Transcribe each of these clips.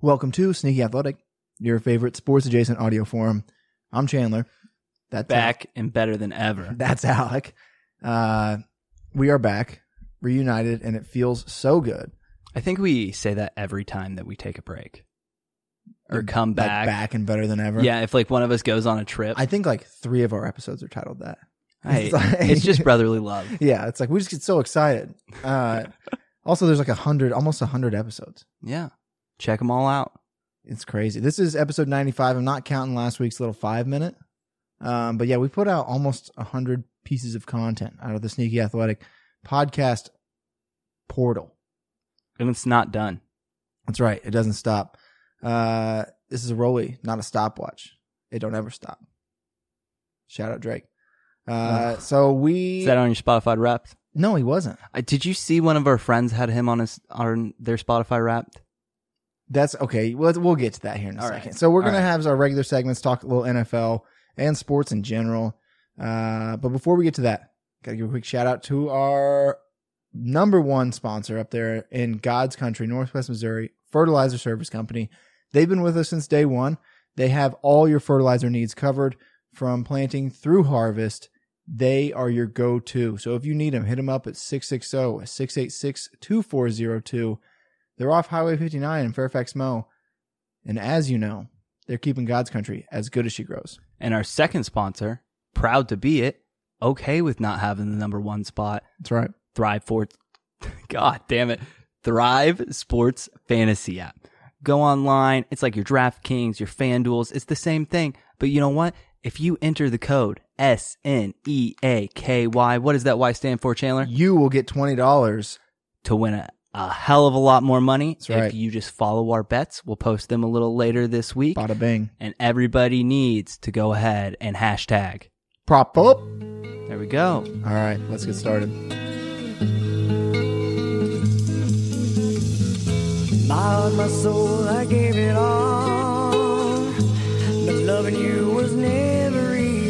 Welcome to Sneaky Athletic, your favorite sports adjacent audio forum. I'm Chandler. That's Back and better than ever. That's Alec. Uh, we are back, reunited, and it feels so good. I think we say that every time that we take a break or Like, come Like, back. back and better than ever. Yeah, if like one of us goes on a trip, I think like three of our episodes are titled that. hey, it's like- it's just brotherly love. Yeah, it's like we just get so excited. Uh, also, there's like a hundred, almost a hundred episodes. Yeah, check them all out. It's crazy. This is episode 95. I'm not counting last week's little five minute. Um, but yeah, we put out almost 100 pieces of content out of the Sneaky Athletic podcast portal. And it's not done. That's right. It doesn't stop. Uh, this is a rollie, not a stopwatch. It don't ever stop. Shout out Drake. Uh, Ugh. so we. Is that on your Spotify Wrapped? no, he wasn't. Uh, did you see one of our friends had him on his on their Spotify Wrapped? That's okay. We'll, we'll get to that here in a All second. right. So we're All going to have our regular segments, talk a little NFL and sports in general. Uh, but before we get to that, got to give a quick shout out to our number one sponsor up there in God's country, Northwest Missouri, Fertilizer Service Company. They've been with us since day one. They have all your fertilizer needs covered from planting through harvest. They are your go to. So if you need them, hit them up at oh, 660 686 2402. They're off Highway 59 in Fairfax, Mo. And as you know, they're keeping God's country as good as she grows. And our second sponsor, proud to be it, okay with not having the number one spot, That's right. Thrive for God damn it. Thrive Sports Fantasy app. Go online. It's like your DraftKings, your FanDuels. It's the same thing. But you know what? If you enter the code S N E A K Y, what does that Y stand for, Chandler? You will get $20. To win a, a hell of a lot more money. That's right. If you just follow our bets, we'll post them a little later this week. Bada bing. And everybody needs to go ahead and hashtag. Prop up. There we go. All right, let's get started. My heart, my soul, I gave it all. But loving you was never easy.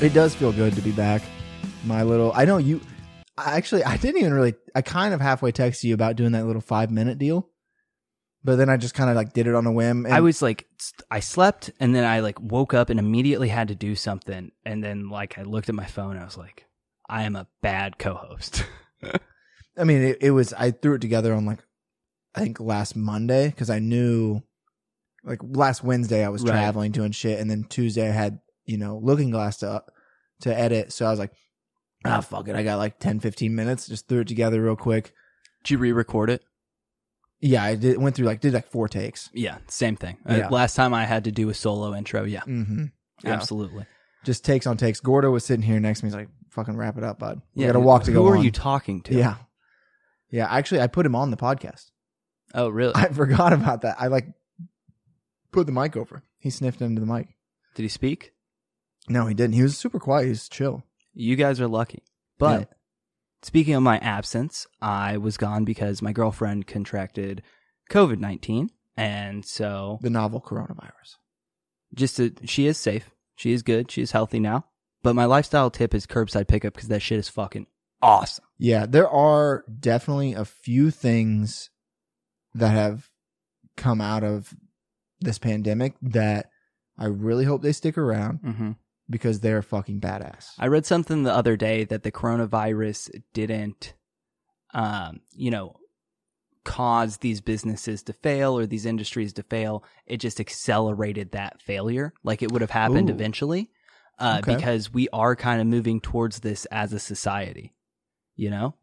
It does feel good to be back. My little, I know you, I actually, I didn't even really, I kind of halfway texted you about doing that little five minute deal, but then I just kind of like did it on a whim. And I was like, st- I slept and then I like woke up and immediately had to do something. And then like I looked at my phone, I was like, I am a bad co-host. I mean, it, it was, I threw it together on like, I think last Monday because I knew like last Wednesday I was Right. traveling doing shit. And then Tuesday I had, you know, looking glass to, to edit. So I was like, ah, fuck it. I got like 10, 15 minutes. Just threw it together real quick. Did you re-record it? Yeah. I did, went through like, did like four takes. Yeah, same thing. Uh, Yeah. last time I had to do a solo intro. Yeah, Mm-hmm. Yeah. absolutely. Just takes on takes. Gordo was sitting here next to me. He's like, fucking wrap it up, bud. We yeah, got to walk to who go are on." you talking to? yeah. Yeah. Actually, I put him on the podcast. Oh, really? I forgot about that. I like put the mic over. He sniffed into the mic. Did he speak? No, he didn't. He was super quiet. He was chill. You guys are lucky. But speaking of my absence, I was gone because my girlfriend contracted COVID nineteen, and so The novel coronavirus. just to, she is safe. She is good. She is healthy now. But my lifestyle tip is curbside pickup because that shit is fucking awesome. Yeah, there are definitely a few things that have come out of this pandemic that I really hope they stick around Mm-hmm. because they're fucking badass. I read something the other day that the coronavirus didn't, um, you know, cause these businesses to fail or these industries to fail. It just accelerated that failure. Like it would have happened Ooh. eventually, uh, Okay. because we are kind of moving towards this as a society. You know,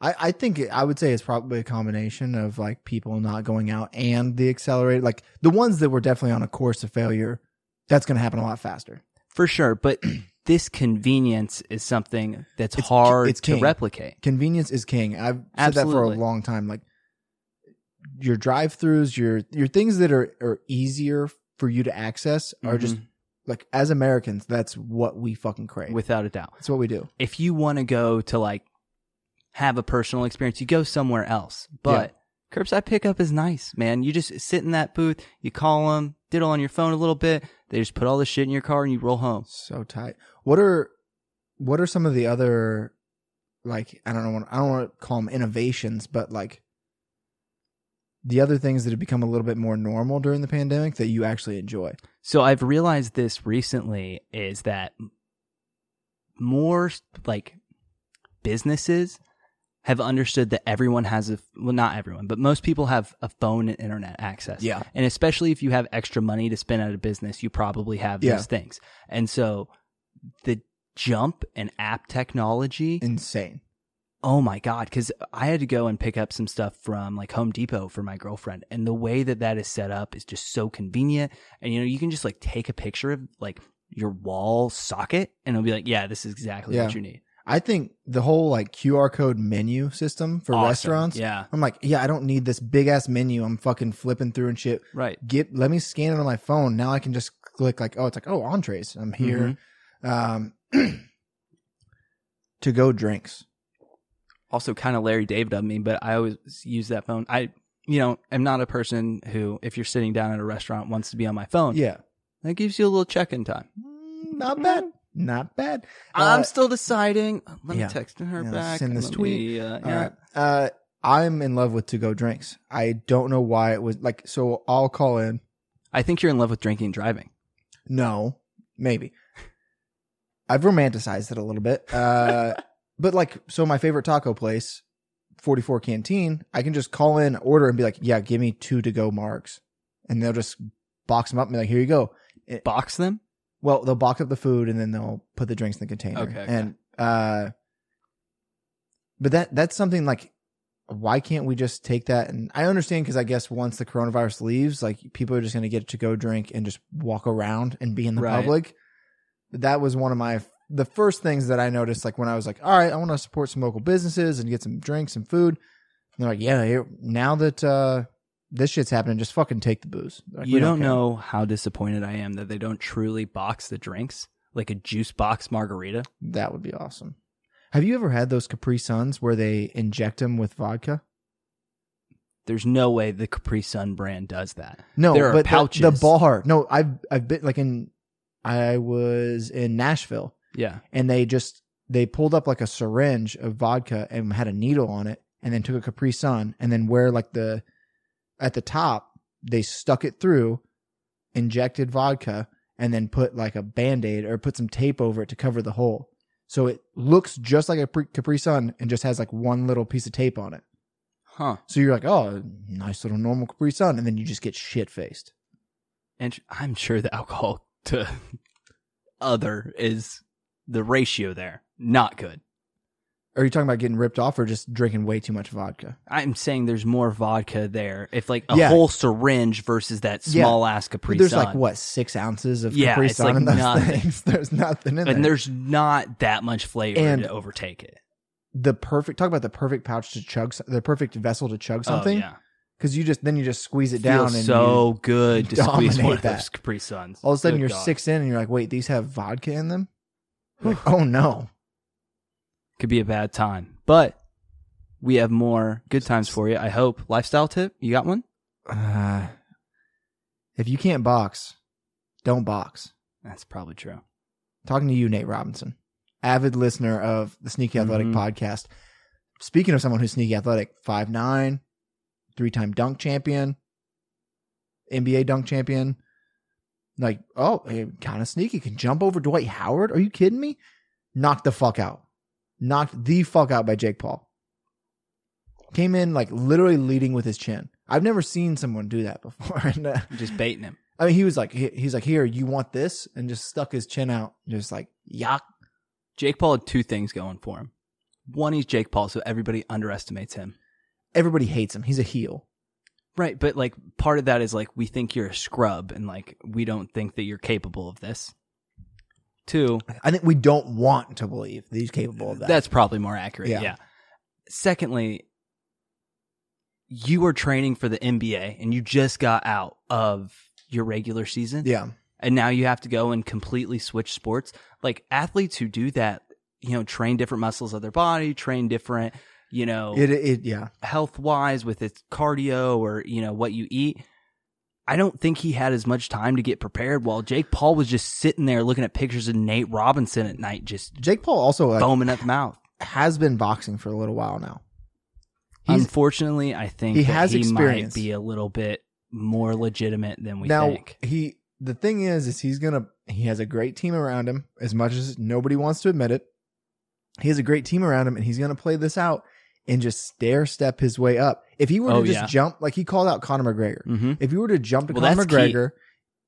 I, I think it- I would say it's probably a combination of like people not going out and the accelerated, like the ones that were definitely on a course of failure. That's going to happen a lot faster. for sure. But this convenience is something that's hard it's to king. replicate. Convenience is king. I've said that for a Absolutely. long time. Like your drive-throughs, your your things that are are easier for you to access are just like as Americans, that's what we fucking crave. without a doubt. that's what we do. If you want to go to like have a personal experience. You go somewhere else. But curbside pickup is nice, man. You just sit in that booth, you call them, diddle on your phone a little bit. They just put all the shit in your car and you roll home. So tight. What are what are some of the other like I don't know I don't want to call them innovations, but like the other things that have become a little bit more normal during the pandemic that you actually enjoy. So I've realized this recently is that more like businesses have understood that everyone has a well not everyone but most people have a phone and internet access Yeah. and especially if you have extra money to spend at a business you probably have Yeah. those things and so the jump in app technology Insane. oh my god because i had to go and pick up some stuff from like home depot for my girlfriend and the way that that is set up is just so convenient and you know you can just like take a picture of like your wall socket and it'll be like yeah this is exactly Yeah. what you need I think the whole like QR code menu system for Awesome. restaurants. yeah I'm like, yeah, I don't need this big ass menu. I'm fucking flipping through and shit. right Get let me scan it on my phone. Now I can just click like, oh, it's like, oh, entrees. I'm here. Mm-hmm. Um, to go drinks. also kind of Larry David of me, but I always use that phone. I, you know, am not a person who, if you're sitting down at a restaurant, wants to be on my phone. Yeah, That gives you a little check in time. Mm, not bad. Not bad. Uh, I'm still deciding. Uh, Let yeah. me text her Yeah, back. send this Let tweet. me, uh, All yeah. right. Uh, I'm in love with to go drinks. I don't know why it was like. So I'll call in. I think you're in love with drinking and driving. No, maybe. I've romanticized it a little bit. Uh, but like, so my favorite taco place, 44 Canteen, I can just call in, order, and be like, yeah, give me two to go marks. And they'll just box them up and be like, here you go. Box them. Well, they'll box up the food and then they'll put the drinks in the container. Okay, okay. And, uh, but that, that's something like, why can't we just take that? And I understand because I guess once the coronavirus leaves, like people are just going to get to go drink and just walk around and be in the Right. public. But that was one of my, the first things that I noticed, like when I was like, all right, I want to support some local businesses and get some drinks and food. And they're like, yeah, here- now that, uh, this shit's happening, just fucking take the booze. They're like, you "We don't, care." know how disappointed I am that they don't truly box the drinks like a juice box margarita. That would be awesome. Have you ever had those Capri Suns where they inject them with vodka? There's no way the Capri Sun brand does that. No, There are but the- pouches. The, bar. No, I've I've been like in. I was in Nashville Yeah. and they just they pulled up like a syringe of vodka and had a needle on it and then took a Capri Sun and then where like the at the top they stuck it through, injected vodka and then put like a band aid or put some tape over it to cover the hole. So it looks just like a Capri- Capri Sun and just has like one little piece of tape on it. Huh. So you're like, oh, nice little normal Capri Sun, and then you just get shit faced. and I'm sure the alcohol to other is the ratio there not good. Are you talking about getting ripped off or just drinking way too much vodka? I'm saying there's more vodka there. If like a Yeah. whole syringe versus that Yeah. small ass Capri There's Sun. like what six ounces of Yeah, Capri it's Sun like in those nothing. things. There's nothing in and there. there's not that much flavor And- to overtake it. The perfect talk about the perfect pouch to chug, s- the perfect vessel to chug something. Oh, yeah. Because you just then you just squeeze it It down and feels so you- good to squeeze dominate one of that. those Capri Suns. all of a sudden you're Good God. six in and you're like, wait, these have vodka in them. Like, oh no, Could be a bad time, but we have more good times for you. I hope. Lifestyle tip? You got one? uh, if you can't box, don't box. That's probably true. talking to you, Nate Robinson, avid listener of the Sneaky Athletic Mhm. podcast. Speaking of someone who's sneaky athletic, 5'9, three time dunk champion, NBA dunk champion. Like, oh, kind of sneaky. Can jump over Dwight Howard? Are you kidding me? Knocked the fuck out. Knocked the fuck out by Jake Paul. Came in like literally leading with his chin. I've never seen someone do that before. and, uh, Just baiting him. I mean, he was like, he, he's like, here, you want this? And just stuck his chin out, just like, yuck. Jake Paul had two things going for him. One, he's Jake Paul, so everybody underestimates him. Everybody hates him. He's a heel. Right, but like part of that is like we think you're a scrub and like we don't think that you're capable of this. Two, I think we don't want to believe that he's capable of that. that's probably more accurate. Yeah. Yeah. Secondly, you are training for the NBA and you just got out of your regular season. yeah. and now you have to go and completely switch sports. Like athletes who do that, you know, train different muscles of their body, train different you know, It, it yeah. health wise with its cardio or, you know, what you eat. I don't think he had as much time to get prepared while Jake Paul was just sitting there looking at pictures of Nate Robinson at night, just Jake Paul also like, foaming at the mouth. has been boxing for a little while now. He's- Unfortunately, I think he he, has he might experience. be a little bit more legitimate than we now think. he the thing is is he's gonna he has a great team around him as much as nobody wants to admit it he has a great team around him and he's gonna play this out and just stair step his way up if he were Oh, to just yeah. jump like he called out conor mcgregor hmm if you were to jump to Well, conor that's key. mcgregor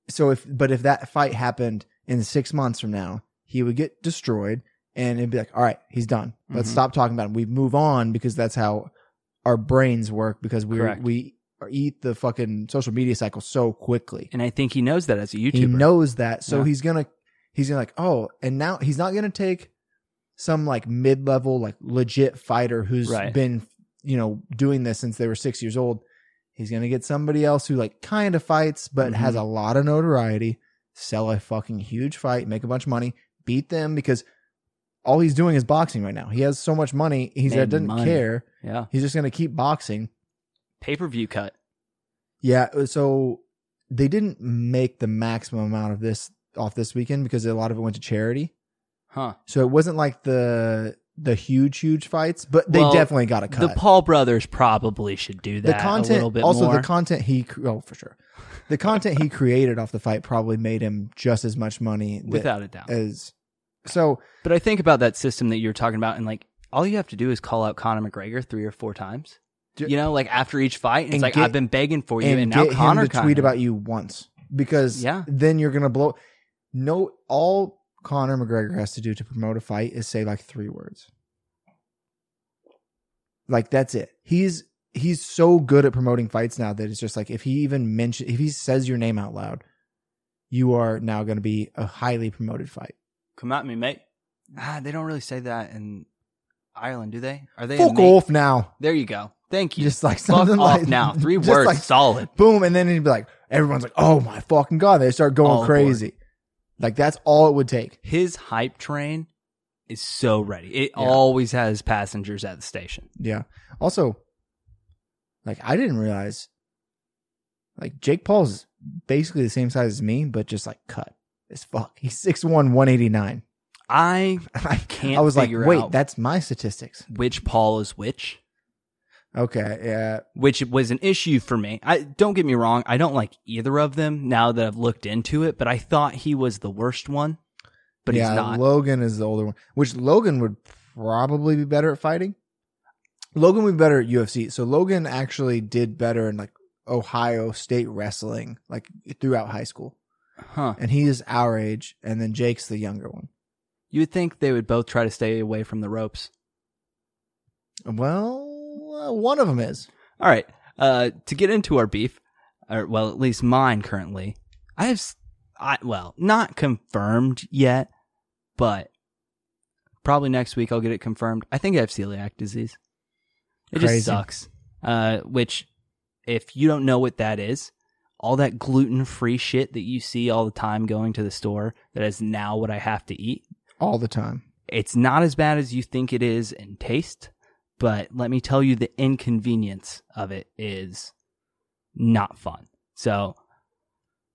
so if but if that fight happened in six months from now he would get destroyed and it'd be like all right he's done let's Mhm. stop talking about him we move on because that's how our brains work because we Correct. we eat the fucking social media cycle so quickly And I think he knows that as a YouTuber. he knows that so Yeah. he's gonna he's gonna like oh and now he's not gonna take some like mid-level like legit fighter who's Right. been you know doing this since they were six years old he's gonna get somebody else who like kind of fights but Mhm. has a lot of notoriety sell a fucking huge fight make a bunch of money beat them because all he's doing is boxing right now he has so much money he Made doesn't money. care yeah. he's just gonna keep boxing Pay per view cut. yeah, uh, so they didn't make the maximum amount of this off this weekend because a lot of it went to charity. Huh. So it wasn't like the the huge huge fights, but they Well, definitely got a cut. The Paul brothers probably should do The that a little bit also more. the content he cr- oh for sure, the content he created off the fight probably made him just as much money that- without a doubt. as. So But I think about that system that you're talking about, and like all you have to do is call out Conor McGregor three or four times. Ju- You know, like after each fight, and And it's like get- I've been begging for you, and, and, now get Conor him to tweet kinda- about you once because Yeah. then you're gonna blow. No, all Conor McGregor has to do to promote a fight is say like three words. Like that's it. He's he's so good at promoting fights now that it's just like if he even mention if he says your name out loud, you are now going to be a highly promoted fight. Come at me, mate. Ah, they don't really say that in Ireland, do they? Are they? a Fuck mate? off now. There you go. Thank you. Just like Fuck something off like now. Three just words, like solid. boom, and then he'd be like, everyone's like, oh my fucking god, they start going All aboard. crazy. Like that's all it would take. His hype train is so ready. It Yeah. always has passengers at the station. Yeah. Also, like I didn't realize, like Jake Paul's basically the same size as me, but just like cut as fuck. He's 6'1", 189. I I can't I was like, figure wait, out- that's my statistics. which Paul is which, Okay, yeah, which was an issue for me. I don't get me wrong, I don't like either of them now that I've looked into it, but I thought he was the worst one, but yeah, he's not. Logan is the older one, which Logan would probably be better at fighting. Logan would be better at UFC. So Logan actually did better in like Ohio State wrestling, like throughout high school, huh. and he is our age. And then Jake's the younger one. You would think they would both try to stay away from the ropes. Well, uh, one of them is. All right. Uh, to get into our beef, or well, at least mine currently, I have, s- I well, not confirmed yet, but probably next week I'll get it confirmed. I think I have celiac disease. It Crazy. just sucks. Uh, which, if you don't know what that is, all that gluten free shit that you see all the time going to the store, that is now what I have to eat. all the time. It's not as bad as you think it is in taste, but let me tell you the inconvenience of it is not fun. So,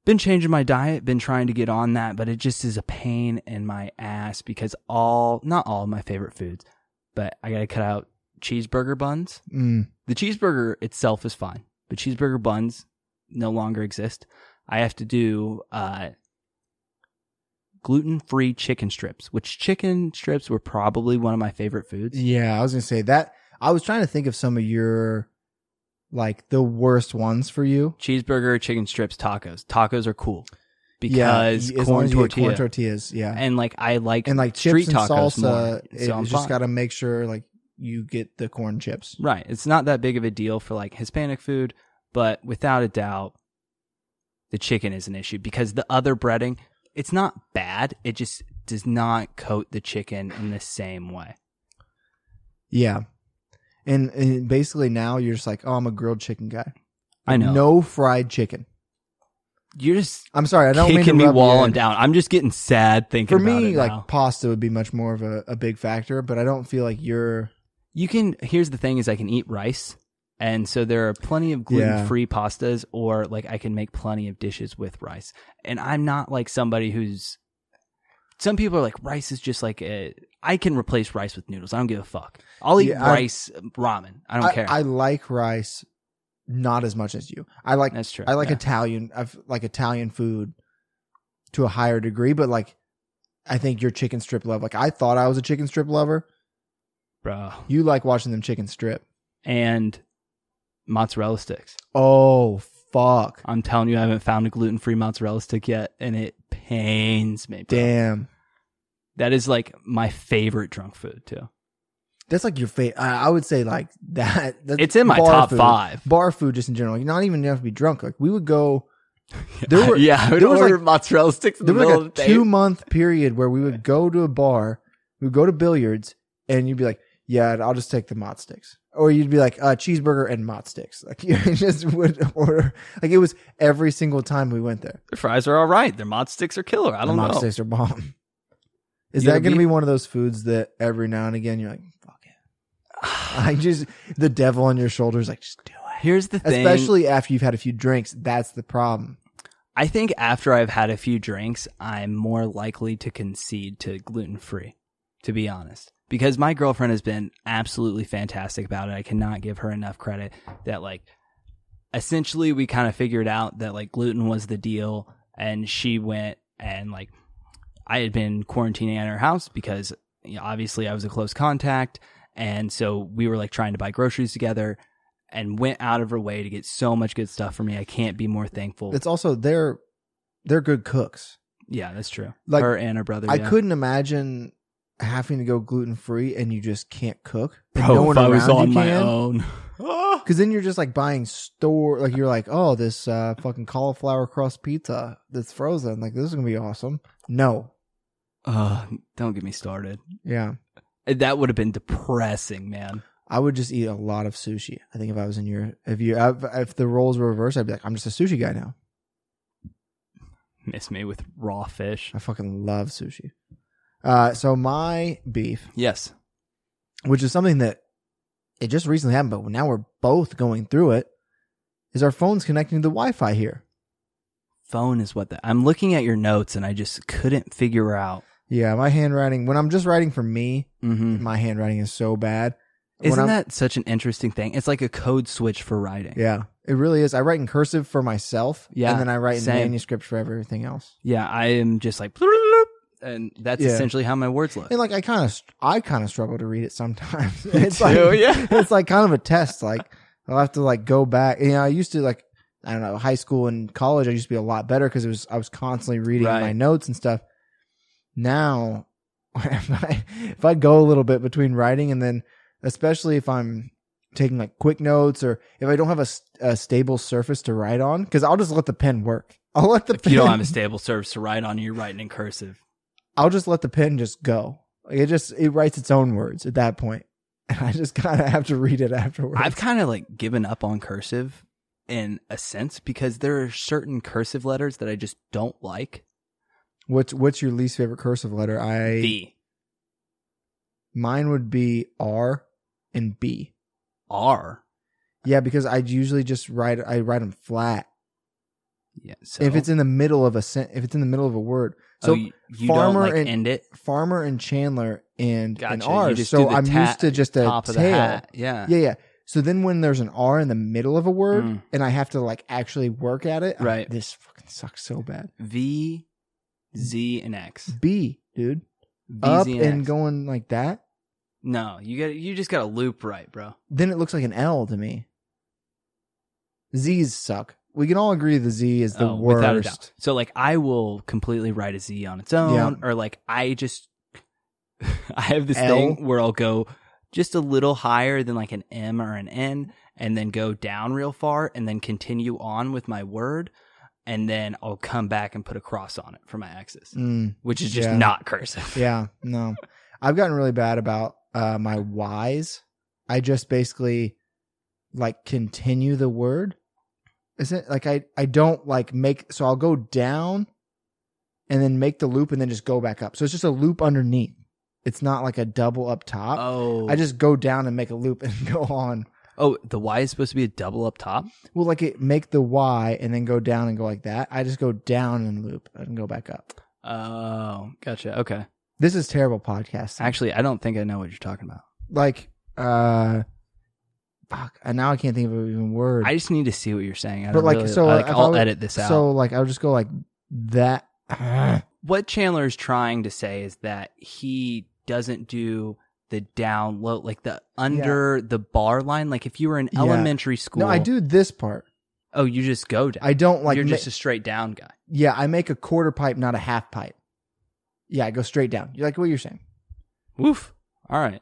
been changing my diet, been trying to get on that, but it just is a pain in my ass because all, not all of my favorite foods, but I got to cut out cheeseburger buns. Mm. The cheeseburger itself is fine, but cheeseburger buns no longer exist. I have to do uh, gluten free chicken strips, which chicken strips were probably one of my favorite foods. Yeah, I was gonna say that. I was trying to think of some of your like the worst ones for you Cheeseburger, chicken strips, tacos. Tacos are cool Yeah, because as long corn as you get tortilla. corn tortillas. Yeah, and, and like I like like street chips and tacos salsa. more, It, so I'm you just fine. got to make sure like you get the corn chips. Right. It's not that big of a deal for like Hispanic food, but without a doubt, the chicken is an issue because the other breading, it's not bad. It just does not coat the chicken in the same way. Yeah, and and basically now you're just like, oh, I'm a grilled chicken guy. I know. No fried chicken. You're just I'm sorry, I don't mean to kicking me rub you while in. I'm down. I'm just getting sad thinking For about me, it like now. pasta would be much more of a, a big factor, but I don't feel like you're You can. Here's the thing: is I can eat rice, and so there are plenty of gluten free pastas, or like I can make plenty of dishes with rice. And I'm not like somebody who's. Some people are like rice is just like a. I can replace rice with noodles. I don't give a fuck. I'll eat Yeah, I- rice ramen. I don't I, care. I like rice, not as much as you. I like That's true. I like yeah. Italian. I've like Italian food to a higher degree, but like I think your chicken strip love. Like I thought I was a chicken strip lover. bro. You like watching them chicken strip. And mozzarella sticks. Oh fuck! I'm telling you, I haven't found a gluten free mozzarella stick yet, and it pains me. bro. Damn, That is like my favorite drunk food too. that's like your favorite. I I would say like that. that's It's in my bar top food. five. Bar food, just in general. You're not even have to be drunk. Like we would go. There were yeah, I would there was, order mozzarella sticks in there the was middle like of a the two day. month period where we would go to a bar, we would go to billiards, and you'd be like, "Yeah, I'll just take the mott sticks," or you'd be like, uh, "Cheeseburger and mott sticks." Like you just would order. Like it was every single time we went there. Their fries are all right. Their mozz sticks are killer. I the don't mott know. sticks are bomb. Is You that ever going to beat- be one of those foods that every now and again you're like, "Fuck it." I just the devil on your shoulders, like just do it. Here's the thing. Especially after you've had a few drinks, that's the problem. I think after I've had a few drinks, I'm more likely to concede to gluten free, to be honest. Because my girlfriend has been absolutely fantastic about it. I cannot give her enough credit that, like, essentially we kind of figured out that, like, gluten was the deal. And she went and, like, I had been quarantining at her house because you know, obviously I was a close contact. And so we were like trying to buy groceries together and went out of her way to get so much good stuff for me. I can't be more thankful. It's also they're they're good cooks. Yeah, that's true. Like, her and her brother. I yeah. couldn't imagine having to go gluten free and you just can't cook. And Bro, no one if I was around you on my can. own. Because then you're just like buying store, like you're like, oh, this uh, fucking cauliflower crust pizza that's frozen. Like this is gonna be awesome. No, Uh, don't get me started. yeah, That would have been depressing, man. I would just eat a lot of sushi. I think if I was in your, if you, if if the roles were reversed, I'd be like, I'm just a sushi guy now. Miss me with raw fish. I fucking love sushi. Uh, so my beef, Yes. which is something that it just recently happened, but now we're both going through it, is our phones connecting to the Wi-Fi here. Phone is what that. I'm looking at your notes and I just couldn't figure out. Yeah, my handwriting. When I'm just writing for me, Mm-hmm. my handwriting is so bad. When Isn't I'm- that such an interesting thing? It's like a code switch for writing. Yeah, it really is. I write in cursive for myself. Yeah, and then I write in same. manuscript for everything else. Yeah, I am just like, "Bloop," and that's Yeah. essentially how my words look. And like I kind of, I kind of struggle to read it sometimes. Me it's too, like, yeah. it's like kind of a test. Like I'll have to like go back. You know, I used to like, I don't know, high school and college. I used to be a lot better because it was I was constantly reading Right. my notes and stuff. Now, if I, if I go a little bit between writing and then, especially if I'm taking like quick notes or if I don't have a, s- a stable surface to write on, because I'll just let the pen work. I'll let the If pen. you don't have a stable service to write on, you're writing in cursive. I'll just let the pen just go. Like it just it writes its own words at that point, and I just kind of have to read it afterwards. I've kind of like given up on cursive in a sense because there are certain cursive letters that I just don't like. what's what's your least favorite cursive letter? I V, mine would be R and B. R. Yeah, because I usually just write I write them flat. Yeah. So Oh, If it's in the middle of a sen- if it's in the middle of a word, so so you, you farmer don't like and- end it. Farmer and Chandler and an Gotcha. R. You just do So the I'm ta- used to just a Top of the tail. hat. Yeah. Yeah, yeah. So then when there's an R in the middle of a word Mm. and I have to like actually work at it, I'm like, Right. this fucking sucks so bad. V, Z, and X. B, dude. V, Up Z, and X. going like that, No, you got you just got to loop right, bro. then it looks like an L to me. Z's suck. We can all agree the Z is the Oh, without a doubt. worst. So like I will completely write a Z on its own, or like I just I have this L. thing where I'll go just a little higher than like an M or an N, and then go down real far, and then continue on with my word, and then I'll come back and put a cross on it for my axis, Mm, which is just yeah. not cursive. yeah, no. I've gotten really bad about uh, my Y's. I just basically like continue the word. Isn't like I I don't like make so I'll go down and then make the loop and then just go back up. So it's just a loop underneath. it's not like a double up top. Oh, I just go down and make a loop and go on. oh the Y is supposed to be a double up top. Well, like it make the Y and then go down and go like that. I just go down and loop and go back up. Oh, gotcha. Okay, This is terrible podcasting. actually, I don't think I know what you're talking about. like uh fuck and now i can't think of an even word I just need to see what you're saying. I But, don't like, really, so, uh, like, if I I'll would- edit this out. so like i'll just go like that what Chandler is trying to say is that he doesn't do the down low, like the under the bar line. Like if you were in Yeah. elementary school, no i do this part Oh, you just go down. i don't like you're ma- just a straight down guy. yeah i make a quarter pipe not a half pipe yeah i go straight down you like what you're saying Woof. All right.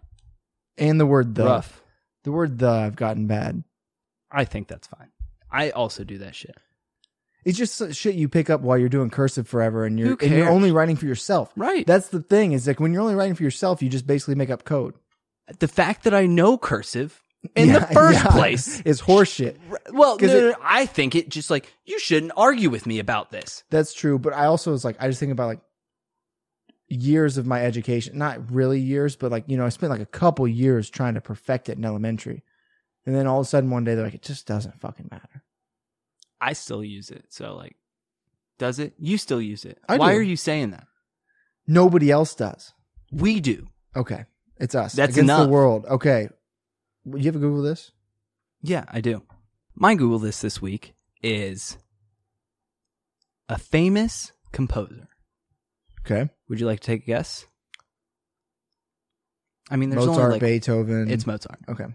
and the word the Rough. the word the i've gotten bad I think that's fine. I also do that shit. it's just so- shit you pick up while you're doing cursive forever and you're, Who and you're cares? only writing for yourself Right. that's the thing is like when you're only writing for yourself you just basically make up code the fact that I know cursive in the Yeah, first yeah. place. is horseshit Well, no, 'Cause no, it- no, I think it just like you shouldn't argue with me about this. That's true, but I also was like, I just think about like years of my education. Not really years, but like you know, I spent like a couple years trying to perfect it in elementary, and then all of a sudden one day they're like, it just doesn't fucking matter. I still use it. So like does it? You still use it. I Why do. are you saying that? Nobody else does. We do. Okay, it's us. That's against enough. the world. Okay, you have a Google this. Yeah, I do. My Google list this week is a famous composer. Okay, Would you like to take a guess? I mean, there's Mozart, only like Beethoven. it's Mozart. okay.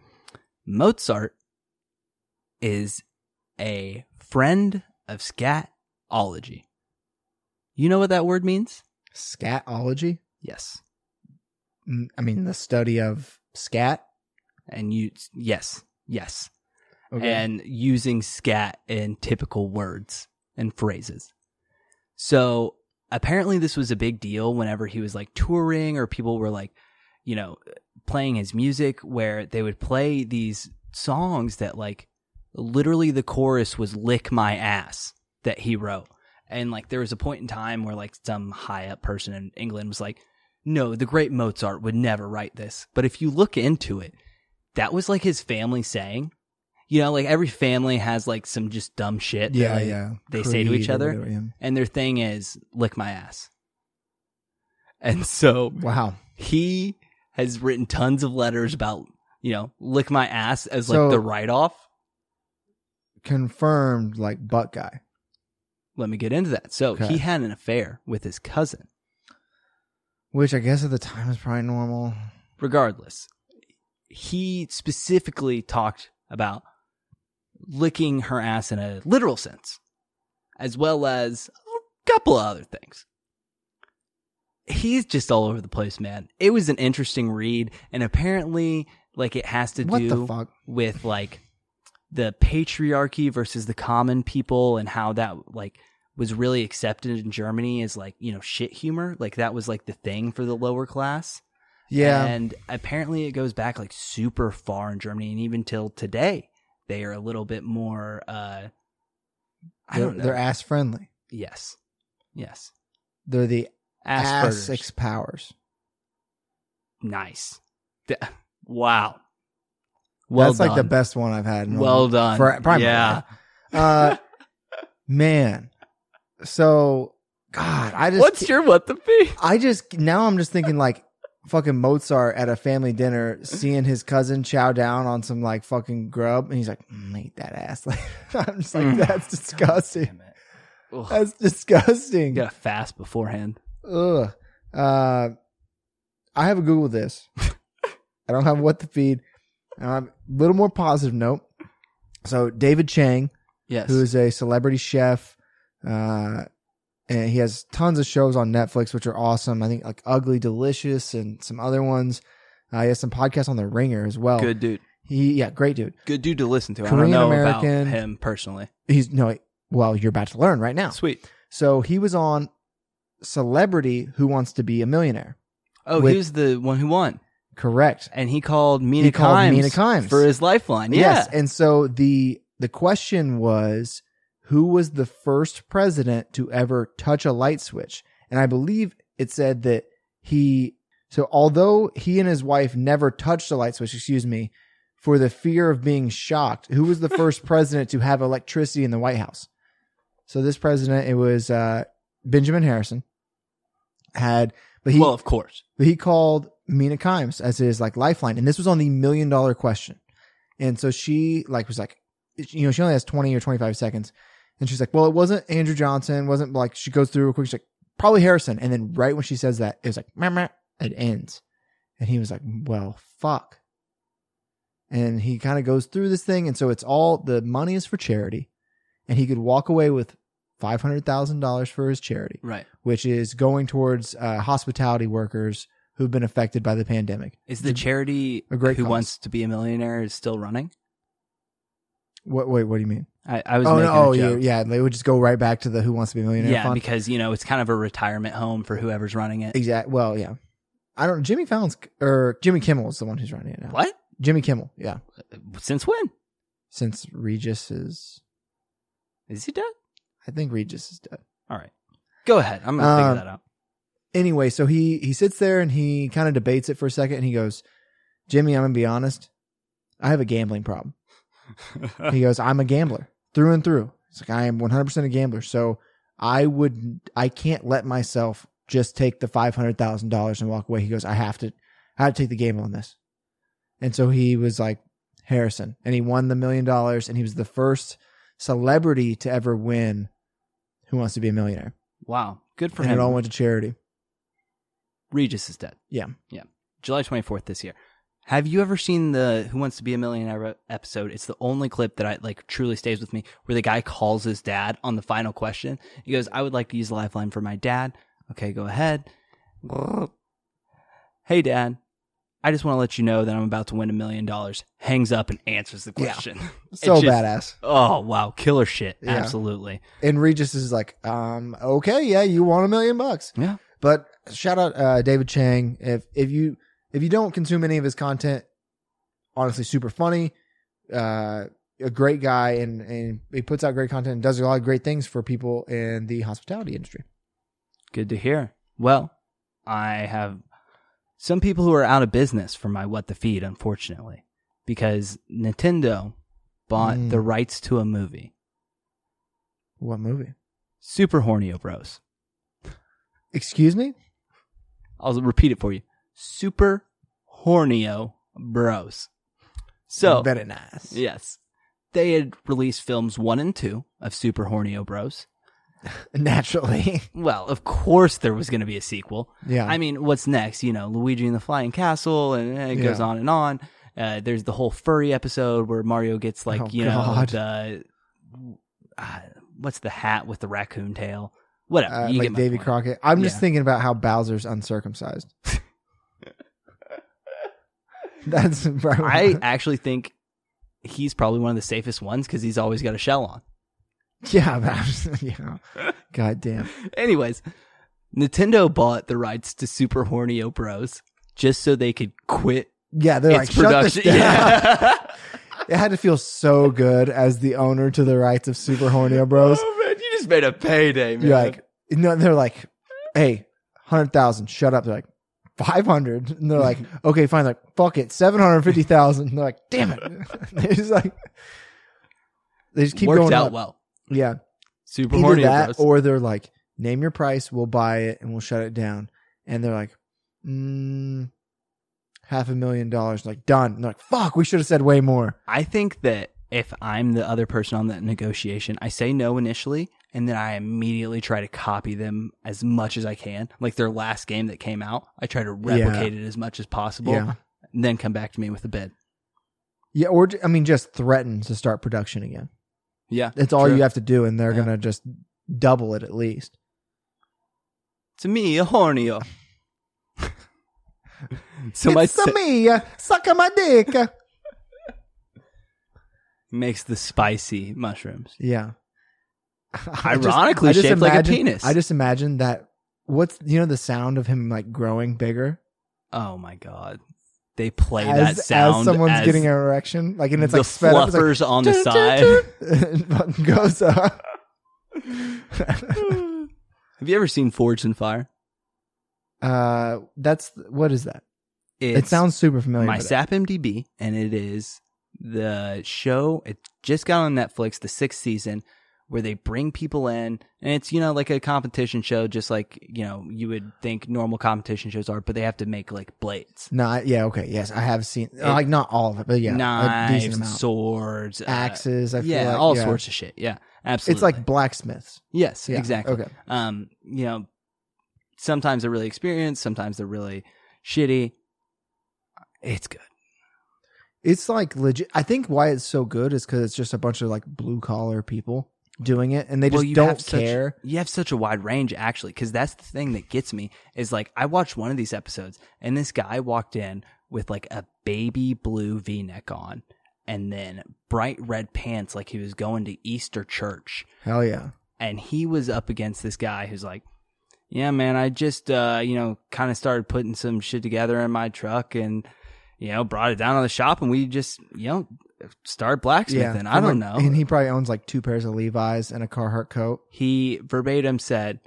Mozart is a friend of scatology. You know what that word means? Scatology. Yes. Mm, I mean, the study of scat. And you yes, yes. Okay. and using scat in typical words and phrases. So apparently, this was a big deal whenever he was like touring or people were like, you know, playing his music, where they would play these songs that like literally the chorus was lick my ass that he wrote. And like there was a point in time where like some high up person in England was like, no, the great Mozart would never write this. But if you look into it, that was like his family saying, you know, like every family has like some just dumb shit. that, yeah, like, yeah. they say to Creed each or other. whatever, yeah. And their thing is lick my ass. And so Wow. he has written tons of letters about, you know, lick my ass as like So- the write off. Confirmed, like butt guy. Let me get into that. So Okay. he had an affair with his cousin. Which I guess at the time is probably normal. Regardless, he specifically talked about licking her ass in a literal sense, as well as a couple of other things. He's just all over the place, man. It was an interesting read, and apparently, like, it has to What do the fuck? with like the patriarchy versus the common people and how that like was really accepted in Germany as like, you know, shit humor. Like that was like the thing for the lower class. Yeah. And apparently it goes back like super far in Germany and even till today they are a little bit more uh I they're, don't know. they're ass friendly. yes. Yes. They're the ass Asperger's. six powers. nice. Th- wow. Well That's done. like the best one I've had. In a Well while. done. For, probably my yeah. life. Uh, man. So, God, I just What's your what the be? I just now I'm just thinking like fucking Mozart at a family dinner, seeing his cousin chow down on some like fucking grub, and he's like, mm, "Eat that ass!" Like, I'm just like, Mm. "That's disgusting. Damn it. Ugh. That's disgusting." You gotta fast beforehand. Ugh. Uh, I have a Google this. I don't have what to feed. Um, little more positive note. So David Chang, Yes. who is a celebrity chef, uh, and he has tons of shows on Netflix, which are awesome. I think like Ugly Delicious and some other ones. Uh, he has some podcasts on The Ringer as well. good dude. He yeah, great dude. Good dude to listen to. I don't Korean know American. about him personally. He's no. Well, you're about to learn right now. Sweet. So he was on Celebrity Who Wants to Be a Millionaire. Oh, With- he was the one who won, Correct. and he called Mina He called Kimes Mina Kimes. for his lifeline. Yeah. Yes, and so the the question was who was the first president to ever touch a light switch? And I believe it said that he So, although he and his wife never touched a light switch, excuse me, for the fear of being shocked, who was the first president to have electricity in the White House? So, this president, it was uh, Benjamin Harrison, had, but he, well, of course. but he called Mina Kimes as his like lifeline, and this was on the million dollar question, and so she like was like, you know, she only has twenty or twenty five seconds, and she's like, well, it wasn't Andrew Johnson, wasn't like she goes through real quick, she's like, probably Harrison, and then right when she says that, it was like, meh, meh, it ends, and he was like, well, fuck, and he kind of goes through this thing, and so it's all the money is for charity, and he could walk away with five hundred thousand dollars for his charity Right. which is going towards uh, hospitality workers who've been affected by the pandemic. Is the charity a great who cause. wants to be a millionaire is still running? What? Wait, what do you mean? I, I was Oh making no! Oh a yeah, joke. yeah. They would just go right back to the Who Wants to Be a Millionaire Yeah, fund. because you know it's kind of a retirement home for whoever's running it. exactly. Well, yeah. I don't. Jimmy Fallon's or Jimmy Kimmel is the one who's running it now. What? Jimmy Kimmel. Yeah. Since when Since Regis is, is he dead? I think Regis is dead. All right, go ahead. I'm gonna Um, figure that out. anyway, so he he sits there and he kind of debates it for a second, and he goes, "Jimmy, I'm gonna be honest. I have a gambling problem." he goes, "I'm a gambler through and through. It's like I am 100 percent a gambler. So I would I can't let myself just take the five hundred thousand dollars and walk away." He goes, "I have to, I have to take the gamble on this." And so he was like Harrison, and he won the million dollars, and he was the first celebrity to ever win Who Wants to Be a Millionaire, Wow, good for and him. it all went to charity. Regis is dead. Yeah. yeah. July 24th this year. Have you ever seen the Who Wants to Be a Millionaire episode? It's the only clip that I like truly stays with me where the guy calls his dad on the final question. He goes, I would like to use the lifeline for my dad. Okay, go ahead. Hey, dad, I just want to let you know that I'm about to win a million dollars. Hangs up and answers the Yeah. question. It's So just- badass. Oh, wow. Killer shit. Yeah. Absolutely. And Regis is like, um, okay, yeah, you want a million bucks. Yeah. But shout out uh, David Chang. If if you if you don't consume any of his content, honestly, super funny, uh, a great guy, and and he puts out great content and does a lot of great things for people in the hospitality industry. Good to hear. Well, I have some people who are out of business for my What the Feed, unfortunately, because Nintendo bought Mm. the rights to a movie, What movie? Super Hornio Bros. Excuse me. I'll repeat it for you Super Hornio Bros. So, very nice. yes, they had released films one and two of Super Hornio Bros. Naturally. Well, of course, there was going to be a sequel. yeah. I mean, what's next? You know, Luigi and the Flying Castle, and eh, it goes Yeah. on and on. Uh, there's the whole furry episode where Mario gets like, Oh, you God. know, the uh, what's the hat with the raccoon tail? Whatever. uh, you get like my Davy point. Crockett. I'm Yeah. just thinking about how Bowser's uncircumcised. That's I probably, actually think he's probably one of the safest ones because he's always got a shell on. yeah, Bowser, yeah. God damn. Anyways, Nintendo bought the rights to Super Hornio Bros. just so they could quit Yeah, they're like its shut production. this down. Yeah. It had to feel so good as the owner to the rights of Super Hornio Bros. oh man, you just made a payday, man. You're like, no, they're like, hey, hundred thousand, shut up. They're like, five hundred, and they're like, okay, fine. Like, fuck it, seven hundred fifty thousand. They're like, damn it. They're just like, they just keep worked going out up. well. Yeah, Super either horny that bros. or they're like, name your price, we'll buy it, and we'll shut it down. And they're like, mm, half a million dollars. Like done. And they're like, fuck, we should have said way more. I think that if I'm the other person on that negotiation, I say no initially, and then I immediately try to copy them as much as I can. Like their last game that came out, I try to replicate it as much as possible, Yeah. and then come back to me with a bid. Yeah, or I mean, just threaten to start production again. Yeah, That's all True. you have to do, and they're Yeah. gonna just double it at least. to me a hornio. so my it's a sa- me uh, suck on my dick. makes the spicy mushrooms. yeah. I just- Ironically I just shaped like a imagine- penis. I just imagine that. What's you know the sound of him like growing bigger oh my god, they play as, that sound as someone's as getting an erection, like and it's the like sped up, it's like, fluffers on the "Toot, toot, side. toot," and fucking goes up. Have you ever seen Forged in Fire? Uh, that's what is that? it It's sounds super familiar. my but- SAP MDB, and it is the show. It just got on Netflix, the sixth season, where they bring people in, and it's you know like a competition show, just like you know you would think normal competition shows are, but they have to make like blades, No, I- yeah, okay, yes, I have seen It- like not all of it, but yeah, a decent knives, amount. swords, uh, Axes, I feel yeah, like, all yeah. sorts of shit. Yeah, absolutely. It's like blacksmiths. yes, Yeah, exactly. Okay. um, you know, sometimes they're really experienced, sometimes they're really shitty. It's good. It's like legit. I think why it's so good is because it's just a bunch of like blue collar people doing it, and they just don't care. Such, you have such a wide range, actually, because that's the thing that gets me is like I watched one of these episodes, and this guy walked in with like a baby blue V neck on, and then bright red pants, like he was going to Easter church. Hell yeah. and he was up against this guy who's like, "Yeah, man, I just uh, you know kind of started putting some shit together in my truck and you know brought it down to the shop and we just you know started Yeah. blacksmithing. I And, don't like- know." And he probably owns like two pairs of Levi's and a Carhartt coat. he verbatim said,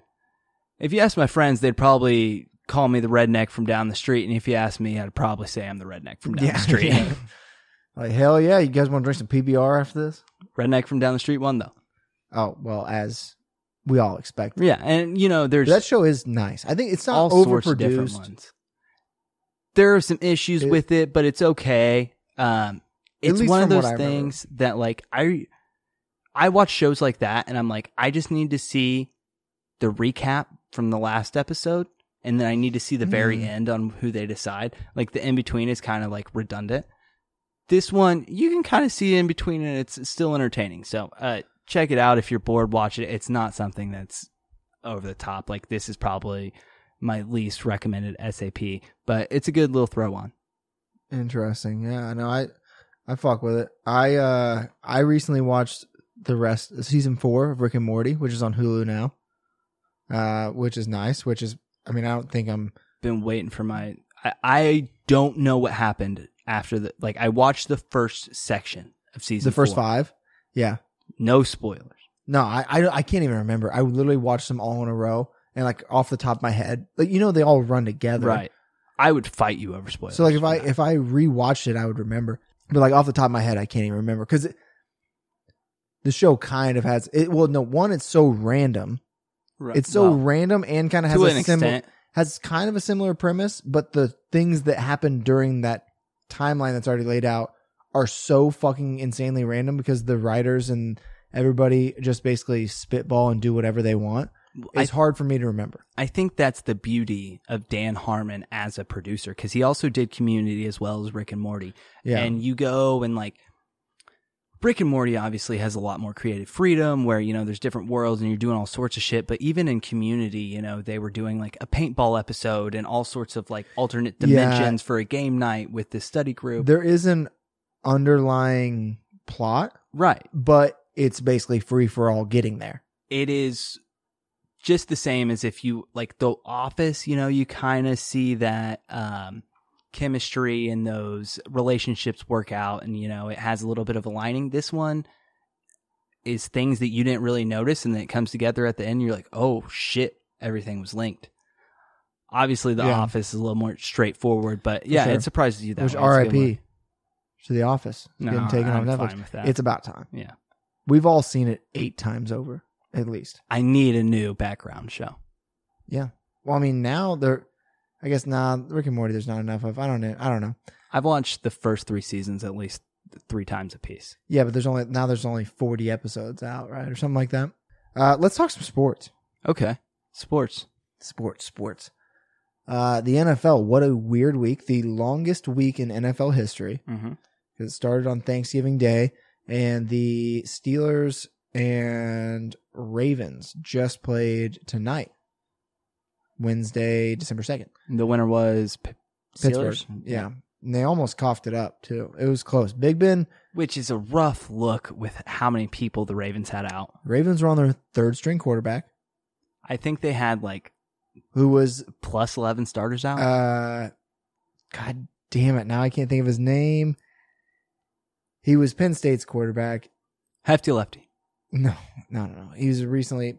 "If you asked my friends, they'd probably." Call me the redneck from down the street, and if you asked me, I'd probably say I'm the redneck from down Yeah. the street. Like, hell yeah. You guys want to drink some PBR after this? redneck from down the street one though. Oh, well, as we all expect. Yeah, and you know there's That show is nice. I think it's not all sorts of different overproduced. ones. There are some issues It- with it, but it's okay. Um, At it's least one of from what those I remember. things that like I, I watch shows like that, and I'm like, I just need to see the recap from the last episode, and then I need to see the very Hmm. end on who they decide. Like the in between is kind of like redundant. This one you can kind of see in between, and it's still entertaining. So uh, check it out if you're bored. Watch it. It's not something that's over the top. Like this is probably my least recommended SAP, but it's a good little throw on. Interesting. Yeah, I know. I I fuck with it. I uh I recently watched the rest season four of Rick and Morty, which is on Hulu now. Uh, which is nice. Which is, I mean, I don't think I'm. Been waiting for my. I, I don't know what happened after the. Like I watched the first section of season. the first four. five. Yeah. No spoilers. No, I, I I can't even remember. I literally watched them all in a row and like off the top of my head, like you know they all run together, Right. I would fight you over spoilers. So like if for I that. if I rewatched it, I would remember. But like off the top of my head, I can't even remember because the show kind of has it. Well, no, one it's so random. Right. It's so Well, random and kind of has to an a similar extent. has kind of a similar premise, but the things that happen during that timeline that's already laid out are so fucking insanely random because the writers and everybody just basically spitball and do whatever they want. I It's hard for me to remember. I think that's the beauty of Dan Harmon as a producer because he also did Community as well as Rick and Morty. Yeah. And you go and like Rick and Morty obviously has a lot more creative freedom where, you know, there's different worlds and you're doing all sorts of shit. But even in Community, you know, they were doing like a paintball episode and all sorts of like alternate Yeah. dimensions for a game night with this study group. there is an underlying plot right. but it's basically free for all getting there. it is just the same as if you like the office you know you kind of see that um chemistry and those relationships work out and you know it has a little bit of aligning this one is things that you didn't really notice and then it comes together at the end you're like oh shit everything was linked obviously the Yeah. office is a little more straightforward but yeah sure. it surprises you that which way. It's a good R.I.P. one. to The Office. It's no, getting taken I'm off Netflix. fine with that. It's about time. Yeah. We've all seen it eight times over, at least. i need a new background show Well, I mean, now they're, I guess, nah, Rick and Morty. There's not enough of. I don't know. I don't know. i've watched the first three seasons at least three times a piece Yeah, but there's only now there's only 40 episodes out, right, or something like that. Uh, let's talk some sports. Okay. Sports. Sports, sports. Uh, the NFL. What a weird week. The longest week in NFL history. Mm-hmm. It started on Thanksgiving Day, and the Steelers and Ravens just played tonight, Wednesday, December 2nd. The winner was P- Pittsburgh. Steelers? Yeah. And they almost coughed it up, too. It was close. Big Ben, Which is a rough look with how many people the Ravens had out. Ravens were on their third string quarterback, I think they had like who was, plus 11 starters out. uh, God damn it. Now I can't think of his name. He was Penn State's quarterback. Hefty lefty. No, no, no, no. He was recently.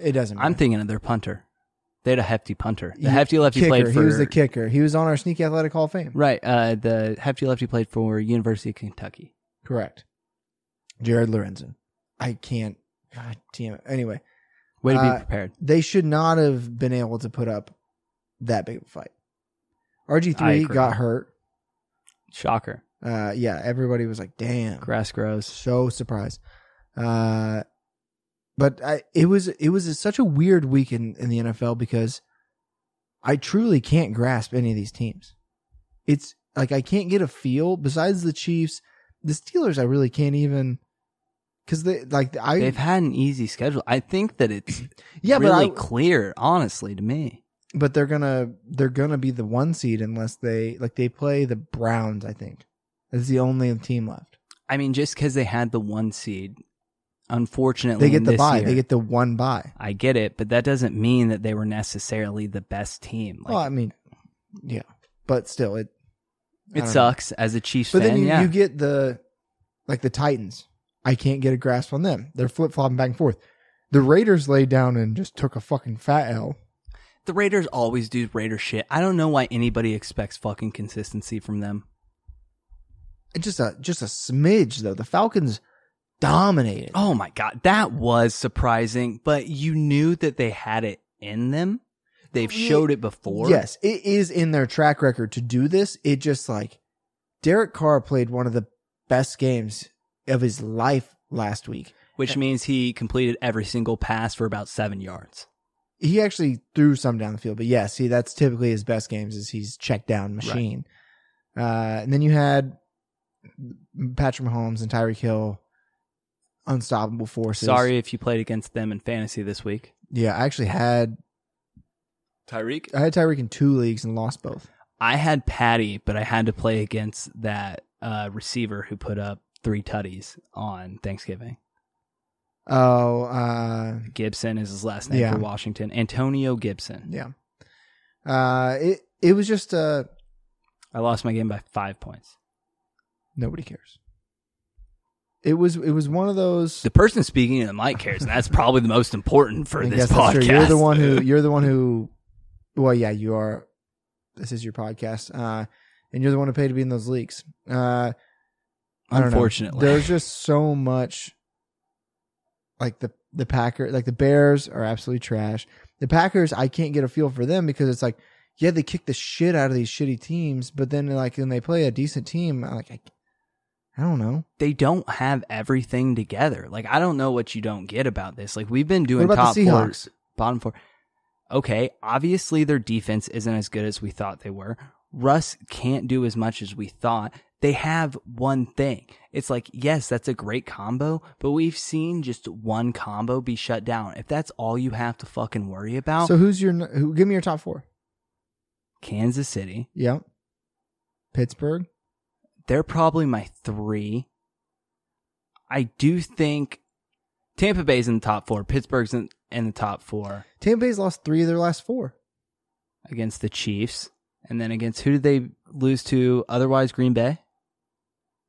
It doesn't matter. I'm thinking of their punter. They had a hefty punter. The He- hefty lefty kicker. played for he was the kicker. He was on our sneaky athletic Hall of Fame. right. Uh, the hefty lefty played for University of Kentucky. Correct. Jared Lorenzen. I can't. God damn it. Anyway, Way to be Uh, prepared. they should not have been able to put up that big of a fight. I RG3 agree. got hurt. Shocker. Uh, yeah, everybody was like, damn. Grass grows. So surprised. Uh, but I, it was it was such a weird week in, in the NFL because I truly can't grasp any of these teams. It's like I can't get a feel. Besides the Chiefs, the Steelers, I really can't even because they like I They've had an easy schedule. I think that it's yeah, really but I, clear, honestly, to me. but they're gonna they're gonna be the one seed unless they like they play the Browns. I think that's the only team left. I mean, just because they had the one seed, unfortunately, They get in the this bye. year- They get the one bye. I get it, but that doesn't mean that they were necessarily the best team. Like, well, I mean, yeah, but still, it I it don't sucks as a Chiefs But fan. then you, yeah, you get the like the Titans. I can't get a grasp on them. They're flip flopping back and forth. The Raiders laid down and just took a fucking fat L. the Raiders always do Raider shit. I don't know why anybody expects fucking consistency from them. It Just a just a smidge though. The Falcons dominated. Oh my god, that was surprising, but you knew that they had it in them. They've Yeah. showed it before. Yes, it is in their track record to do this. It just like Derek Carr played one of the best games of his life last week. which means he completed every single pass for about seven yards. he actually threw some down the field, but yeah, see, that's typically his best games is he's checked down machine. Uh, and then you had Patrick Mahomes and Tyreek Hill, unstoppable forces. Sorry if you played against them in fantasy this week. yeah, I actually had Tyreek? I had Tyreek in two leagues and lost both. I had Patty, but I had to play against that uh, receiver who put up three tutties on Thanksgiving. Oh, uh, Gibson is his last name Yeah. for Washington. Antonio Gibson. yeah. Uh, it it was just uh, I lost my game by five points. nobody cares. It was it was one of those. The person speaking in the mic cares, and that's probably the most important for I this guess that's true. podcast. You're the one who. You're the one who. Well, yeah, you are. This is your podcast, uh, and you're the one who paid to be in those leagues. Uh, I don't know. Unfortunately. there's just so much. Like the the Packers, like the Bears are absolutely trash. The Packers, I can't get a feel for them because it's like, yeah, they kick the shit out of these shitty teams, but then like when they play a decent team, I like I, I don't know. they don't have everything together. Like I don't know what you don't get about this. Like we've been doing What about top the four, Seahawks? bottom four. Okay, obviously their defense isn't as good as we thought they were. Russ can't do as much as we thought. They have one thing. It's like, yes, that's a great combo, but we've seen just one combo be shut down. If that's all you have to fucking worry about, So who's your n- who? Give me your top four. Kansas City, Yeah, Pittsburgh. they're probably my three. I do think Tampa Bay's in the top four. Pittsburgh's in, in the top four Tampa Bay's lost three of their last four. against the Chiefs. And then against who did they lose to otherwise? Green Bay,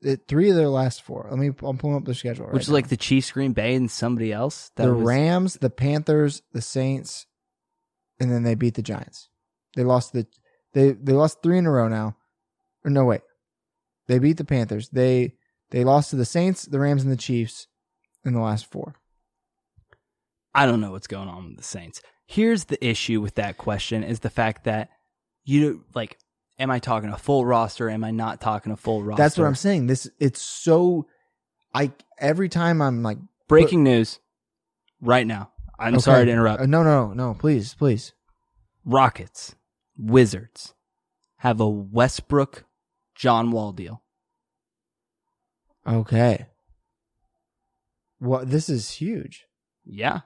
it, three of their last four. Let me. I'm pulling up their schedule. Right which is now. like the Chiefs, Green Bay, and somebody else. the was- Rams, the Panthers, the Saints, and then they beat the Giants. They lost the they they lost three in a row now. Or no wait, they beat the Panthers. They they lost to the Saints, the Rams, and the Chiefs in the last four. I don't know what's going on with the Saints. Here's the issue with that question: is the fact that you like, am I talking a full roster? Am I not talking a full roster? That's what I'm saying. This it's so. I every time I'm like, Breaking news, right now. I'm okay. sorry to interrupt. Uh, No, no, no, please, please. Rockets, Wizards have a Westbrook John Wall deal. Okay. What this is huge. Yeah.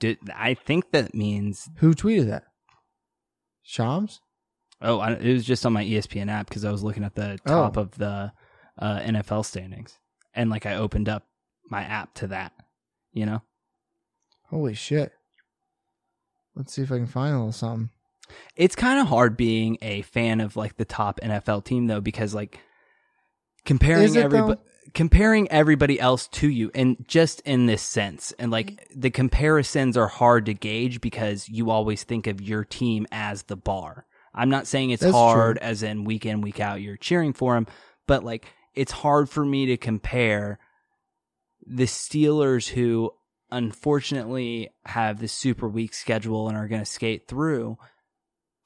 Did, I think that means, Who tweeted that? Shams. oh, I, it was just on my ESPN app because I was looking at the Oh. top of the uh, NFL standings. And like I opened up my app to that, you know? Holy shit. Let's see if I can find a little something. It's kind of hard being a fan of like the top NFL team though, because like comparing Is it, everybody. though? comparing everybody else to you and just in this sense and like Mm-hmm. the comparisons are hard to gauge because you always think of your team as the bar i'm not saying it's That's hard as in week in week out you're cheering for him but like it's hard for me to compare the steelers who unfortunately have this super weak schedule and are going to skate through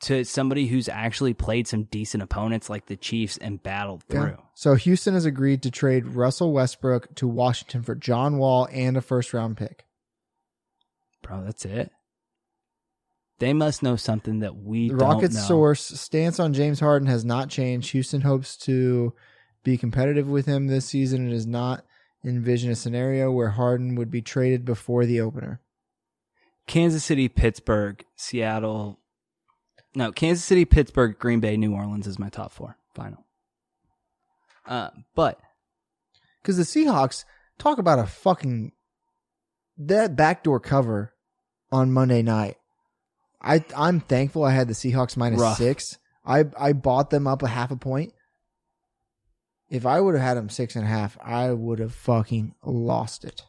to somebody who's actually played some decent opponents like the chiefs and battled Yeah. through So Houston has agreed to trade Russell Westbrook to Washington for John Wall and a first round pick. Bro, that's it. They must know something that we The don't Rockets' know. source stance on James Harden has not changed. Houston hopes to be competitive with him this season and does not envision a scenario where Harden would be traded before the opener. Kansas City, Pittsburgh, Seattle. No, Kansas City, Pittsburgh, Green Bay, New Orleans is my top four final. Uh, but Because the Seahawks talk about a fucking that backdoor cover on Monday night. I I'm thankful I had the Seahawks minus Rough. six. I I bought them up a half a point. If I would have had them six and a half, I would have fucking lost it.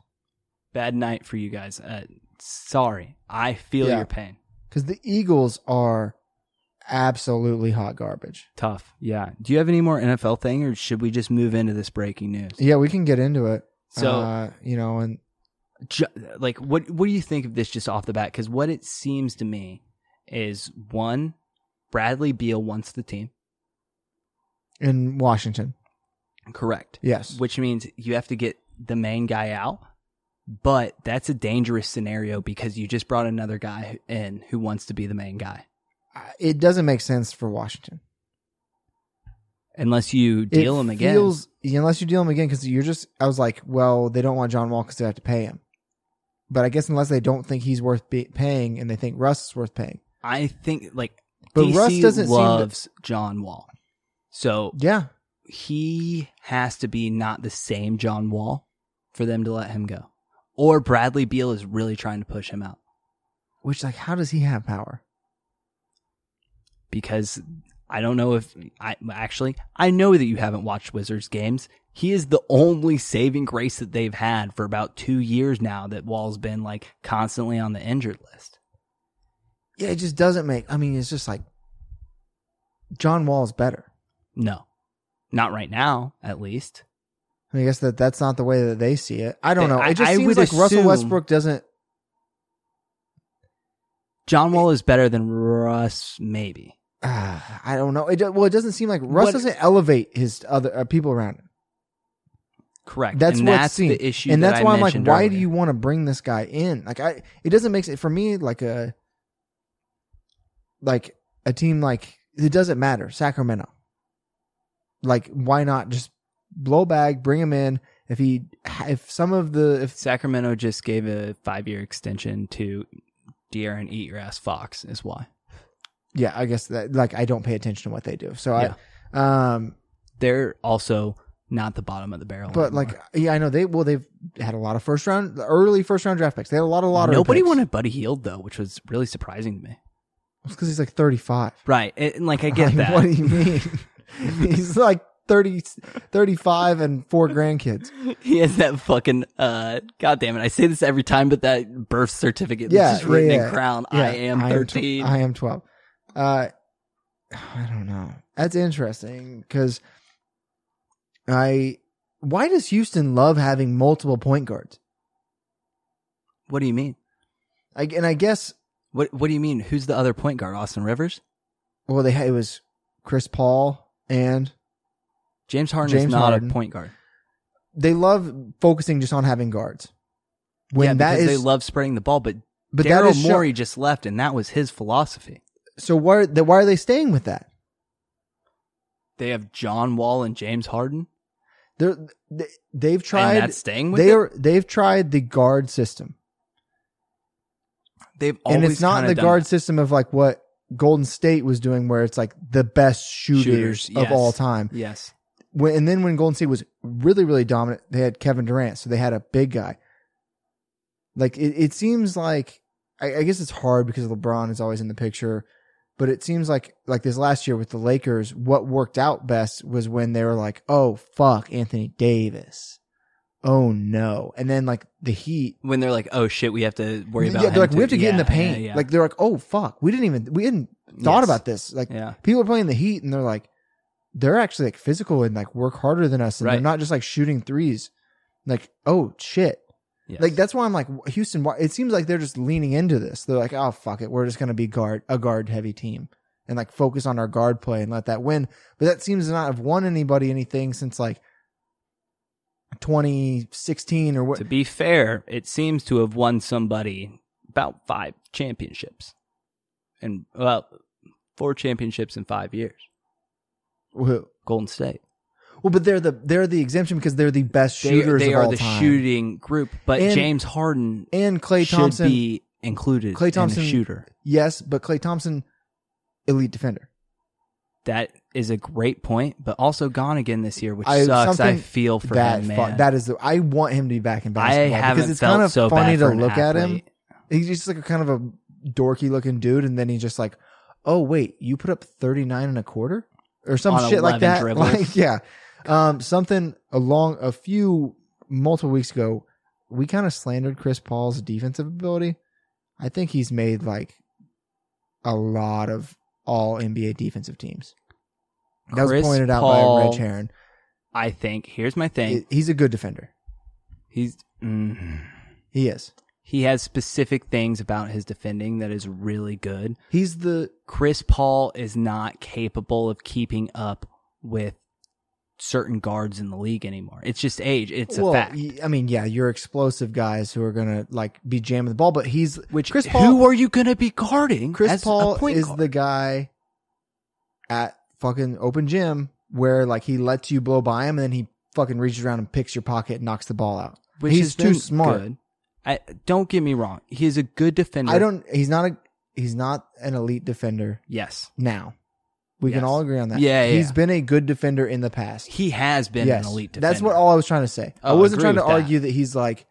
bad night for you guys. Uh, sorry, I feel Yeah. your pain. Because the Eagles are absolutely hot garbage. Tough. Yeah. Do you have any more NFL thing, or should we just move into this breaking news? Yeah, we can get into it. So- uh, you know, and ju- like what what do you think of this just off the bat because what it seems to me is one bradley beal wants the team in Washington, correct yes, which means you have to get the main guy out but that's a dangerous scenario because you just brought another guy in who wants to be the main guy I- it doesn't make sense for Washington. unless you deal it him again feels- unless you deal him again, because you're just. I was like, well, they don't want John Wall because they have to pay him. But I guess unless they don't think he's worth be- paying and they think Russ is worth paying, i think like but DC Russ doesn't loves john wall so seem. To, yeah, he has to be not the same John Wall for them to let him go. Or Bradley Beal is really trying to push him out which like, how does he have power? because I don't know if I actually I know that you haven't watched Wizards games. He is the only saving grace that they've had for about 2 years now that Wall's been like constantly on the injured list. Yeah, it just doesn't make. I mean, it's just like John Wall is better. No. Not right now, at least. I, mean, I guess that that's not the way that they see it. I don't They- know. I- It just I seems would like Russell assume- Westbrook doesn't. John Wall is better than Russ maybe. Uh, I don't know. It do- well, it doesn't seem like Russ What- doesn't elevate his other uh, people around him. Correct. That's and what that's seemed- the issue and that that's I why I'm like, mentioned why do earlier. you want to bring this guy in? Like, I it doesn't make sense for me. Like a like a team like it doesn't matter. Sacramento. Like, why not just blow bag, bring him in? If he if some of the if Sacramento just gave a five year extension to De'Aaron Eat Your Ass Fox is why. yeah, I guess that like I don't pay attention to what they do. So Yeah. I um They're also not the bottom of the barrel. But anymore. like, yeah, I know they well they've had a lot of first round, early first round draft picks. They had a lot of lottery. nobody picks. wanted Buddy Healed though, which was really surprising to me. because he's like thirty five. Right. And, and, like I get that. What do you mean? he's like 30, 35 and four grandkids. he has that fucking uh god damn it. I say this every time, but that birth certificate Yeah, that's just written yeah, yeah. in crown. Yeah, I am tw- thirteen. I am twelve. Uh, I don't know. That's interesting because I. Why does Houston love having multiple point guards? what do you mean? I, and I guess What what do you mean? Who's the other point guard? Austin Rivers? well they had, it was Chris Paul and James Harden is James not Harden. a point guard. they love focusing just on having guards. When yeah, that because is, they love spreading the ball, but, but that Daryl is sho- Morey just left and that was his philosophy. so why are, why are they staying with that? They have John Wall and James Harden. They're, they they've and tried that's staying with they it? are they've tried the guard system, They've always and it's not kinda the done guard that. system of like what Golden State was doing, where it's like the best shooters, Shooters, of yes. all time. Yes, When, and then when Golden State was really really dominant, they had Kevin Durant, so they had a big guy. Like it, it seems like I, I guess it's hard because LeBron is always in the picture, But it seems like like this last year with the Lakers, what worked out best was when they were like, "Oh fuck, Anthony Davis." Oh no. And then like the Heat When they're like, oh shit, we have to worry about yeah, him they're like, we too." have to get in Yeah, the paint. yeah, yeah. Like they're like, oh fuck, we didn't even we hadn't thought Yes. about this. Like yeah. people are playing the Heat, and they're like, they're actually like physical and like work harder than us, and they're Right. not just like shooting threes. Like oh shit, Yes. like that's why I'm like Houston. Why, it seems like they're just leaning into this. They're like, oh fuck it, we're just gonna be guard a guard heavy team and like focus on our guard play and let that win. But that seems to not have won anybody anything since like 2016 or what. To be fair, it seems to have won somebody about five championships, and well, four championships in five years. Well, Golden State. but they're the they're the exemption because they're the best They- shooters. They, of are all the time. shooting group, but And- James Harden and Clay should Thompson. be included. Klay in the Thompson- shooter. Yes, but Clay Thompson, elite defender. That is a great point, but also gone again this year, which I- sucks. I something feel for that him, fu- man. that is the I want him to be back in I basketball haven't because it's felt kind of so funny bad to for an look at him. athlete. He's just like a kind of a dorky looking dude, and then he's just like, "Oh wait, you put up thirty nine and a quarter or some On shit like 11 that." dribbles. Like, yeah, um, something along a few multiple weeks ago, we kind of slandered Chris Paul's defensive ability. I think he's made like a lot of all NBA defensive teams. That Chris was pointed out Paul, by Rich Heron. I think here's my thing. He- He's a good defender. He's. Mm, He is. he has specific things about his defending that is really good. He's the Chris Paul is not capable of keeping up with certain guards in the league anymore. It's just age. It's well, a fact. y- I mean, yeah, you're explosive guys who are gonna like be jamming the ball, but he's Which Chris Chris Paul- who are you going to be guarding? Chris as a Paul point is guard? the guy at fucking open gym where like he lets you blow by him and then he fucking reaches around and picks your pocket and knocks the ball out. which he's has too been smart. good. I, don't get me wrong. He is a good defender. I don't. He's not a. He's not an elite defender Yes, now. We can Yes. all agree on that. Yeah, yeah. He's been a good defender in the past. he has been Yes. an elite defender. That's what all I was trying to say. I Oh, wasn't agree trying to with that. argue that he's like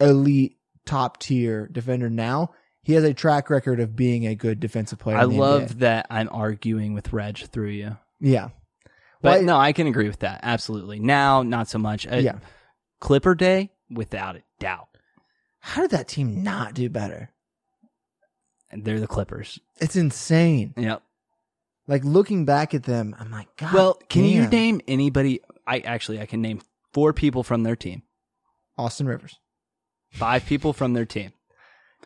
elite top tier defender now. He has a track record of being a good defensive player. I in the love NBA. that I'm arguing with Reg through you. Yeah. But Why- no, I can agree with that. Absolutely. Now, not so much. Uh, Yeah. Clipper day, without a doubt. How did that team not do better? And they're the Clippers. It's insane. Yep. Like looking back at them, I'm like, God. Well, can you damn. name anybody? I actually I can name four people from their team, Austin Rivers, five people from their team.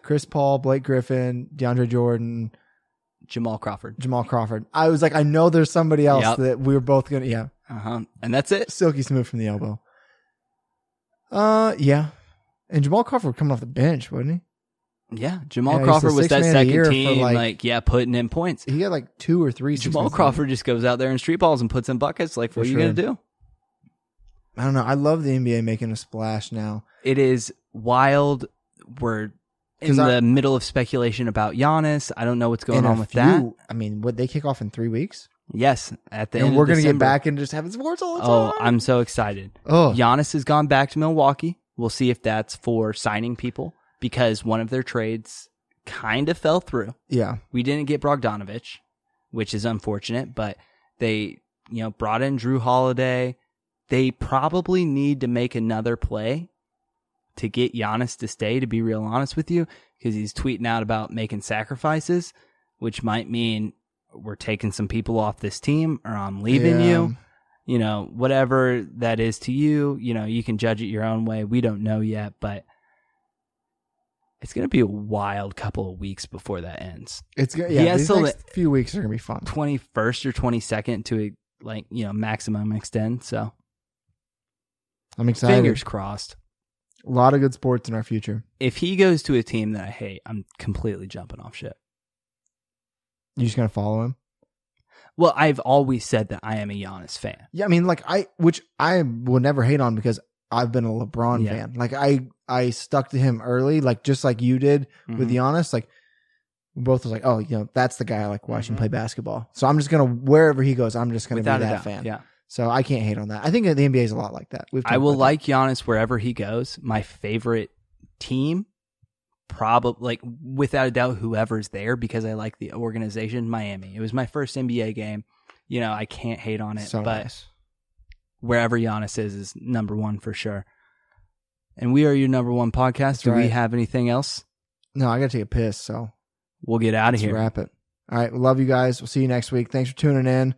Chris Paul, Blake Griffin, DeAndre Jordan, Jamal Crawford, Jamal Crawford? I was like, I know there's somebody else Yep. that we were both gonna. Yeah, uh huh, and that's it. silky smooth from the elbow. Uh, yeah. And Jamal Crawford coming off the bench, wasn't he? Yeah, Jamal Yeah, he's the Crawford was sixth that man of the year second for, team, like- like, yeah, putting in points. he had like two or three. six Jamal minutes. Crawford just goes out there and street balls and puts in buckets. Like, For what are you sure. gonna do? I don't know. I love the NBA making a splash now. It is wild. We're in 'Cause I- the middle of speculation about Giannis. I don't know what's going And a on with that. few- I mean, what they kick off in three weeks, Yes, at the and end we're of gonna get December. back and just having sports all the Oh, time. I'm so excited. oh Giannis has gone back to Milwaukee. We'll see if that's for signing people because one of their trades kind of fell through. yeah. We didn't get Brogdanovic, which is unfortunate, but they, you know, brought in Drew Holiday. They probably need to make another play to get Giannis to stay, to be real honest with you, because he's tweeting out about making sacrifices, which might mean we're taking some people off this team or I'm leaving Yeah. you you know, whatever that is to you, you know, you can judge it your own way. We don't know yet, but it's going to be a wild couple of weeks before that ends. It's gonna. He Yeah, has these to next few weeks are gonna be fun. 21st or 22nd to like, you know, maximum extend. So I'm excited. fingers crossed. A lot of good sports in our future. If he goes to a team that I hate, I'm completely jumping off ship. You just gonna follow him? Well, I've always said that I am a Giannis fan. Yeah, I mean, like I, which I will never hate on because I've been a LeBron Yeah. fan. Like I, I stuck to him early, like just like you did. with Mhm. Giannis, like we both was like, oh, you know, that's the guy I like watching Mhm. play basketball. So I'm just gonna wherever he goes, I'm just gonna Without be a that doubt. fan. Yeah. So I can't hate on that. I think the NBA is a lot like that. We've I talked will about that. like Giannis wherever he goes. My favorite team, probably like without a doubt whoever's there because I like the organization. Miami. It was my first NBA game. You know, I can't hate on it, So but nice. wherever Giannis is is number one for sure. And we are your number one podcast. Do we right. have anything else? No, I got to take a piss. So We'll get out of let's here. wrap it. All right. Love you guys. We'll see you next week. Thanks for tuning in.